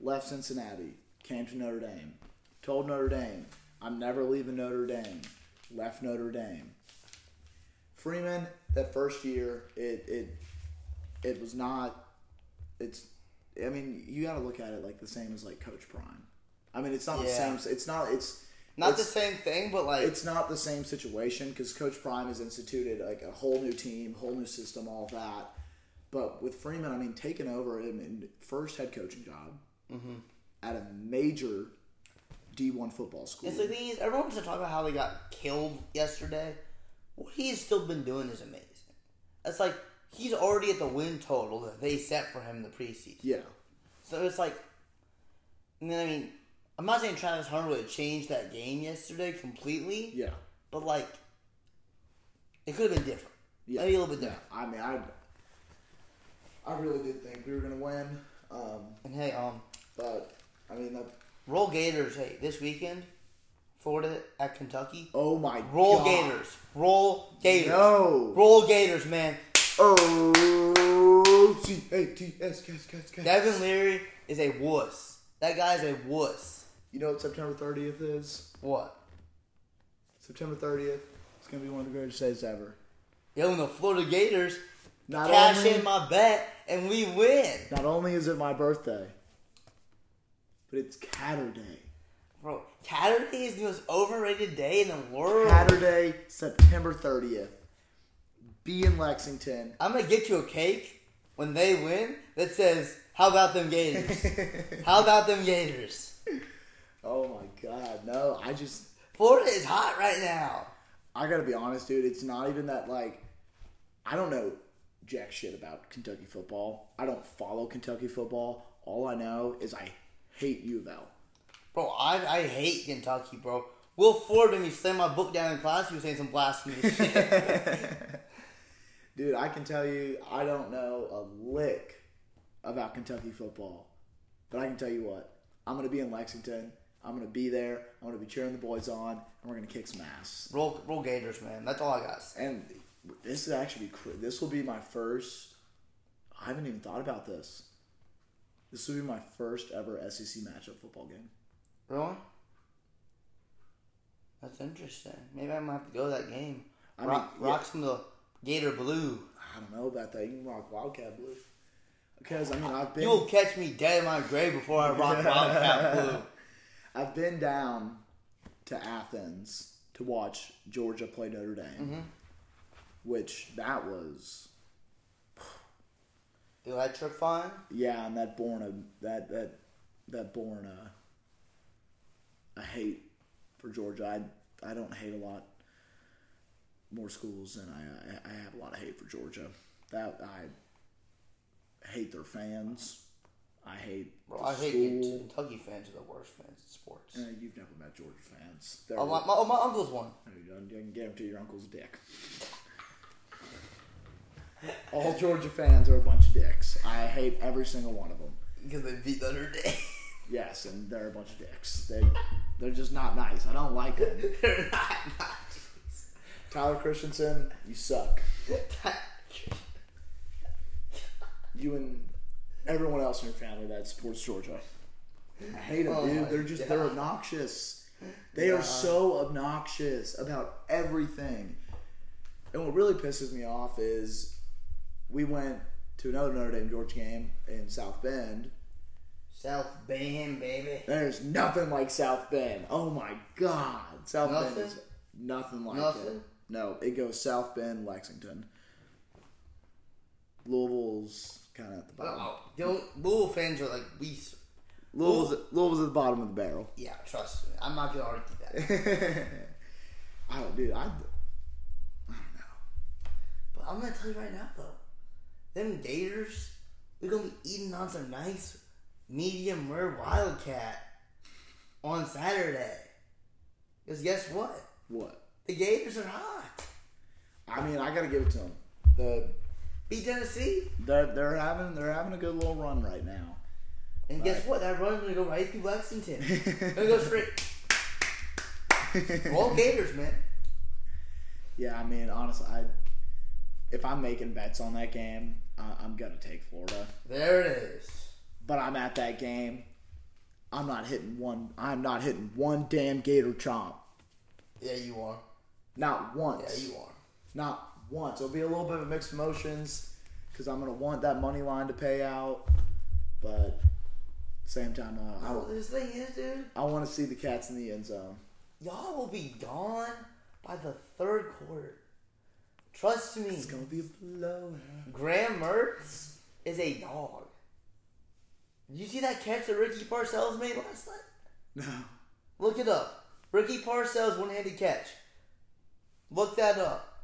Speaker 2: Left Cincinnati, came to Notre Dame, told Notre Dame, I'm never leaving Notre Dame. Left Notre Dame. Freeman, that first year, it it it was not. It's, I mean, you got to look at it like the same as like Coach Prime. I mean, it's not
Speaker 1: Yeah.
Speaker 2: the same. It's not. It's
Speaker 1: Not
Speaker 2: it's,
Speaker 1: the same thing, but like
Speaker 2: it's not the same situation because Coach Prime has instituted like a whole new team, whole new system, all that. But with Freeman, I mean, taking over him in first head coaching job
Speaker 1: Mm-hmm.
Speaker 2: at a major D one football school.
Speaker 1: It's like these. Everyone's talking about how they got killed yesterday. What he's still been doing is amazing. It's like he's already at the win total that they set for him in the preseason.
Speaker 2: yeah,
Speaker 1: So it's like, and then I mean, I'm not saying Travis Hunter changed that game yesterday completely,
Speaker 2: yeah,
Speaker 1: but like, it could have been different.
Speaker 2: Yeah.
Speaker 1: Maybe a little bit
Speaker 2: yeah.
Speaker 1: different.
Speaker 2: I mean, I I really did think we were gonna win, um,
Speaker 1: And hey, um,
Speaker 2: but I mean, that,
Speaker 1: roll Gators. Hey, this weekend, Florida at Kentucky.
Speaker 2: oh my
Speaker 1: Roll
Speaker 2: God.
Speaker 1: Gators. Roll Gators.
Speaker 2: No.
Speaker 1: Roll Gators, man.
Speaker 2: O C A T S, yes, yes, yes.
Speaker 1: Devin Leary is a wuss. That guy's a wuss.
Speaker 2: You know what September 30th is?
Speaker 1: What?
Speaker 2: September 30th. It's going to be one of the greatest days ever.
Speaker 1: Yo, and the Florida Gators
Speaker 2: Not
Speaker 1: cash
Speaker 2: only,
Speaker 1: in my bet and we win.
Speaker 2: not only is it my birthday, but it's Catter Day.
Speaker 1: Bro, Saturday is the most overrated day in the world.
Speaker 2: Saturday, September 30th. Be in Lexington.
Speaker 1: I'm gonna get you a cake when they win that says, "How about them Gators? How about them Gators?"
Speaker 2: oh my god, no. I just
Speaker 1: Florida is hot right now.
Speaker 2: I gotta be honest, dude. It's not even that like I don't know jack shit about Kentucky football. I don't follow Kentucky football. All I know is I hate U of L.
Speaker 1: Bro, I, I hate Kentucky, bro. Will Ford, when he slammed my book down in class, he was saying some blasphemous shit.
Speaker 2: Dude, I can tell you, I don't know a lick about Kentucky football, but I can tell you what, I'm gonna be in Lexington. I'm gonna be there. I'm gonna be cheering the boys on, and we're gonna kick some ass.
Speaker 1: roll, roll Gators, man. That's all I got.
Speaker 2: And this is actually cr- this will be my first. I haven't even thought about this. This will be my first ever SEC matchup football game.
Speaker 1: Really? That's interesting. Maybe I might have to go to that game.
Speaker 2: I
Speaker 1: rock,
Speaker 2: mean, yeah.
Speaker 1: rock some of the Gator Blue.
Speaker 2: I don't know about that. You can rock Wildcat blue, because I mean I've been
Speaker 1: You'll catch me dead in my grave before I rock Wildcat Blue.
Speaker 2: I've been down to Athens to watch Georgia play Notre Dame,
Speaker 1: Mm-hmm.
Speaker 2: which that was
Speaker 1: Electrifying?
Speaker 2: yeah, and that born a that that that born a a hate for Georgia. I I don't hate a lot more schools, and I I, I have a lot of hate for Georgia. That I hate their fans. I hate
Speaker 1: Bro,
Speaker 2: the
Speaker 1: I hate
Speaker 2: school.
Speaker 1: Kentucky fans are the worst fans in sports.
Speaker 2: Uh, you've never met Georgia fans. They're,
Speaker 1: Oh, my, my, oh, my uncle's one.
Speaker 2: You don't- you can guarantee your uncle's a dick. All Georgia fans are a bunch of dicks. I hate every single one of them.
Speaker 1: Because they beat Notre Dame.
Speaker 2: Yes, and they're a bunch of dicks. They, they're just not nice. I don't like them.
Speaker 1: They're not nice.
Speaker 2: Tyler Christensen, you suck. You and everyone else in your family that supports Georgia. I hate them,
Speaker 1: Oh my
Speaker 2: dude. They're just they're
Speaker 1: God.
Speaker 2: obnoxious. They are so obnoxious about everything. And what really pisses me off is we went to another Notre Dame Georgia game in South Bend.
Speaker 1: South Bend, baby.
Speaker 2: There's nothing like South Bend. Oh my God, South Bend is
Speaker 1: Nothing?
Speaker 2: nothing like it.
Speaker 1: Nothing?
Speaker 2: No, it goes South Bend, Lexington, Louisville's kind of at the bottom.
Speaker 1: Oh, don't, Louisville fans are like, we. s-
Speaker 2: Louisville's, Louisville's at the bottom of the barrel.
Speaker 1: Yeah, trust me. I'm not going to argue that.
Speaker 2: I don't, Oh, dude. I
Speaker 1: But I'm gonna tell you right now though, them Gators, we're gonna be eating on some nice medium rare wildcat on Saturday. Cause guess what?
Speaker 2: what?
Speaker 1: The Gators are hot.
Speaker 2: I mean, I gotta give it to them. The
Speaker 1: Beat Tennessee,
Speaker 2: they're they're having they're having a good little run right now.
Speaker 1: and guess what? That run's gonna go right through Lexington. gonna go straight. All Gators, man.
Speaker 2: Yeah, I mean, honestly, I if I'm making bets on that game, I, I'm gonna take Florida.
Speaker 1: There it is.
Speaker 2: But I'm at that game. I'm not hitting one. I'm not hitting one damn Gator chomp.
Speaker 1: Yeah, you are.
Speaker 2: Not
Speaker 1: Yeah,
Speaker 2: once.
Speaker 1: you are.
Speaker 2: Not once. It'll be a little bit of mixed emotions because I'm gonna want that money line to pay out, but same time, uh, I
Speaker 1: Oh, this thing is, dude.
Speaker 2: I want to see the cats in the end zone.
Speaker 1: Y'all will be gone by the third quarter. Trust me.
Speaker 2: It's gonna be a blowout.
Speaker 1: Graham Mertz is a dog. Did you see that catch that Ricky Parcells made last night?
Speaker 2: No,
Speaker 1: Look it up. Ricky Parcells one-handed catch. Look that up.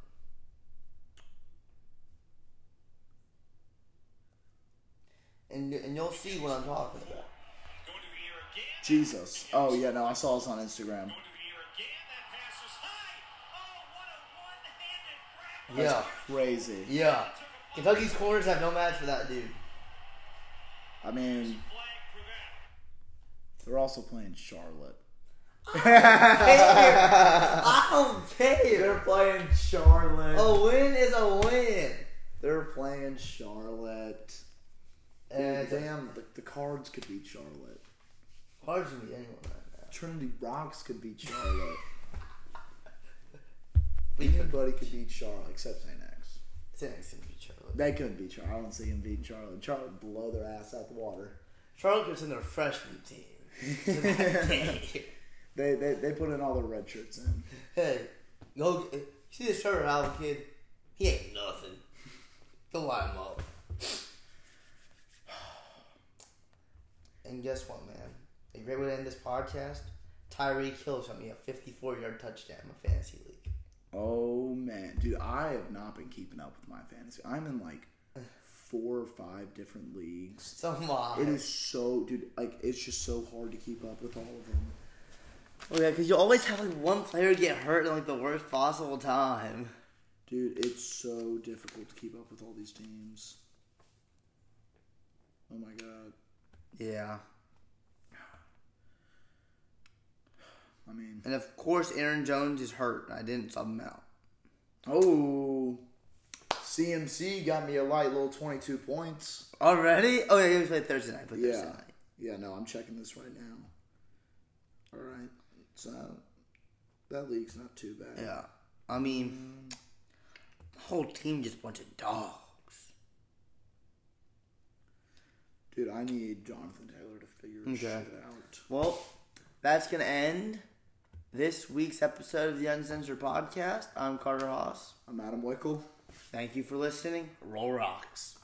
Speaker 1: And, and you'll see what I'm talking about.
Speaker 3: Going to the air again.
Speaker 2: Jesus. Oh yeah, no, I saw this on Instagram.
Speaker 3: Going to the air again. That pass is high. Oh, what a one-handed grab.
Speaker 1: Yeah,
Speaker 2: Crazy.
Speaker 1: yeah. Kentucky's corners have no match for that dude.
Speaker 2: I mean,
Speaker 3: Flag for that.
Speaker 2: they're also playing Charlotte.
Speaker 1: I don't care.
Speaker 2: playing Charlotte.
Speaker 1: A win is a win.
Speaker 2: Oh. They're playing Charlotte. Eh,
Speaker 1: And
Speaker 2: damn, the, the Cards could beat Charlotte.
Speaker 1: hard to beat anyone right now.
Speaker 2: Trinity Rocks could beat Charlotte.
Speaker 1: We could
Speaker 2: Anybody could beat Charlotte except St. X.
Speaker 1: Tennessee and beat Charlotte.
Speaker 2: They couldn't beat Charlotte. I don't see him beating Charlotte. Charlotte blow their ass out the water.
Speaker 1: Charlotte gets in their freshman team. To that game.
Speaker 2: They, they they put in all their red shirts in.
Speaker 4: Hey, go get, you see this Trevor Howell kid? He ain't nothing. Go line him up. And guess what, man? A great way to end this podcast. Tyreek Hill shot me a 54-yard touchdown in my fantasy league.
Speaker 2: Oh man, dude, I have not been keeping up with my fantasy. I'm in like four or five different leagues.
Speaker 4: So am I.
Speaker 2: It is so, dude. Like it's just so hard to keep up with all of them.
Speaker 1: Oh yeah, because you always have like one player get hurt at like the worst possible time.
Speaker 2: Dude, it's so difficult to keep up with all these teams. Oh my god.
Speaker 1: Yeah,
Speaker 2: I mean,
Speaker 1: and of course Aaron Jones is hurt. and I didn't sub him out.
Speaker 2: oh, CMC got me a light little twenty-two points.
Speaker 1: Already? Oh yeah, we played Thursday night. Played
Speaker 2: Yeah,
Speaker 1: Thursday night.
Speaker 2: yeah. No, I'm checking this right now. All right, so that league's not too bad.
Speaker 1: Yeah. I mean, the whole team just a bunch of dogs.
Speaker 2: Dude, I need Jonathan Taylor to figure
Speaker 1: Okay.
Speaker 2: shit out.
Speaker 1: Well, that's gonna end this week's episode of the Uncensored Podcast. I'm Carter Haas.
Speaker 2: I'm Adam Wickel.
Speaker 1: Thank you for listening. Roll rocks.